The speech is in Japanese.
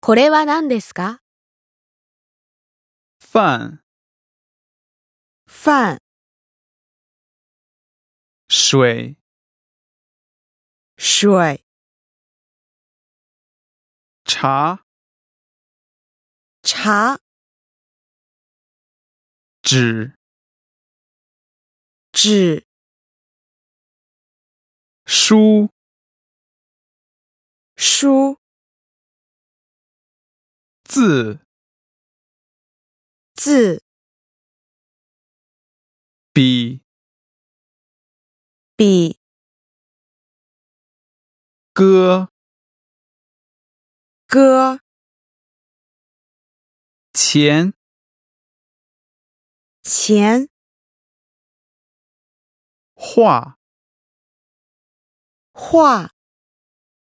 これは何ですか饭、饭、水、水、茶、茶、纸、纸、书、书、字、字、笔、笔、歌、歌、钱、钱、画、画、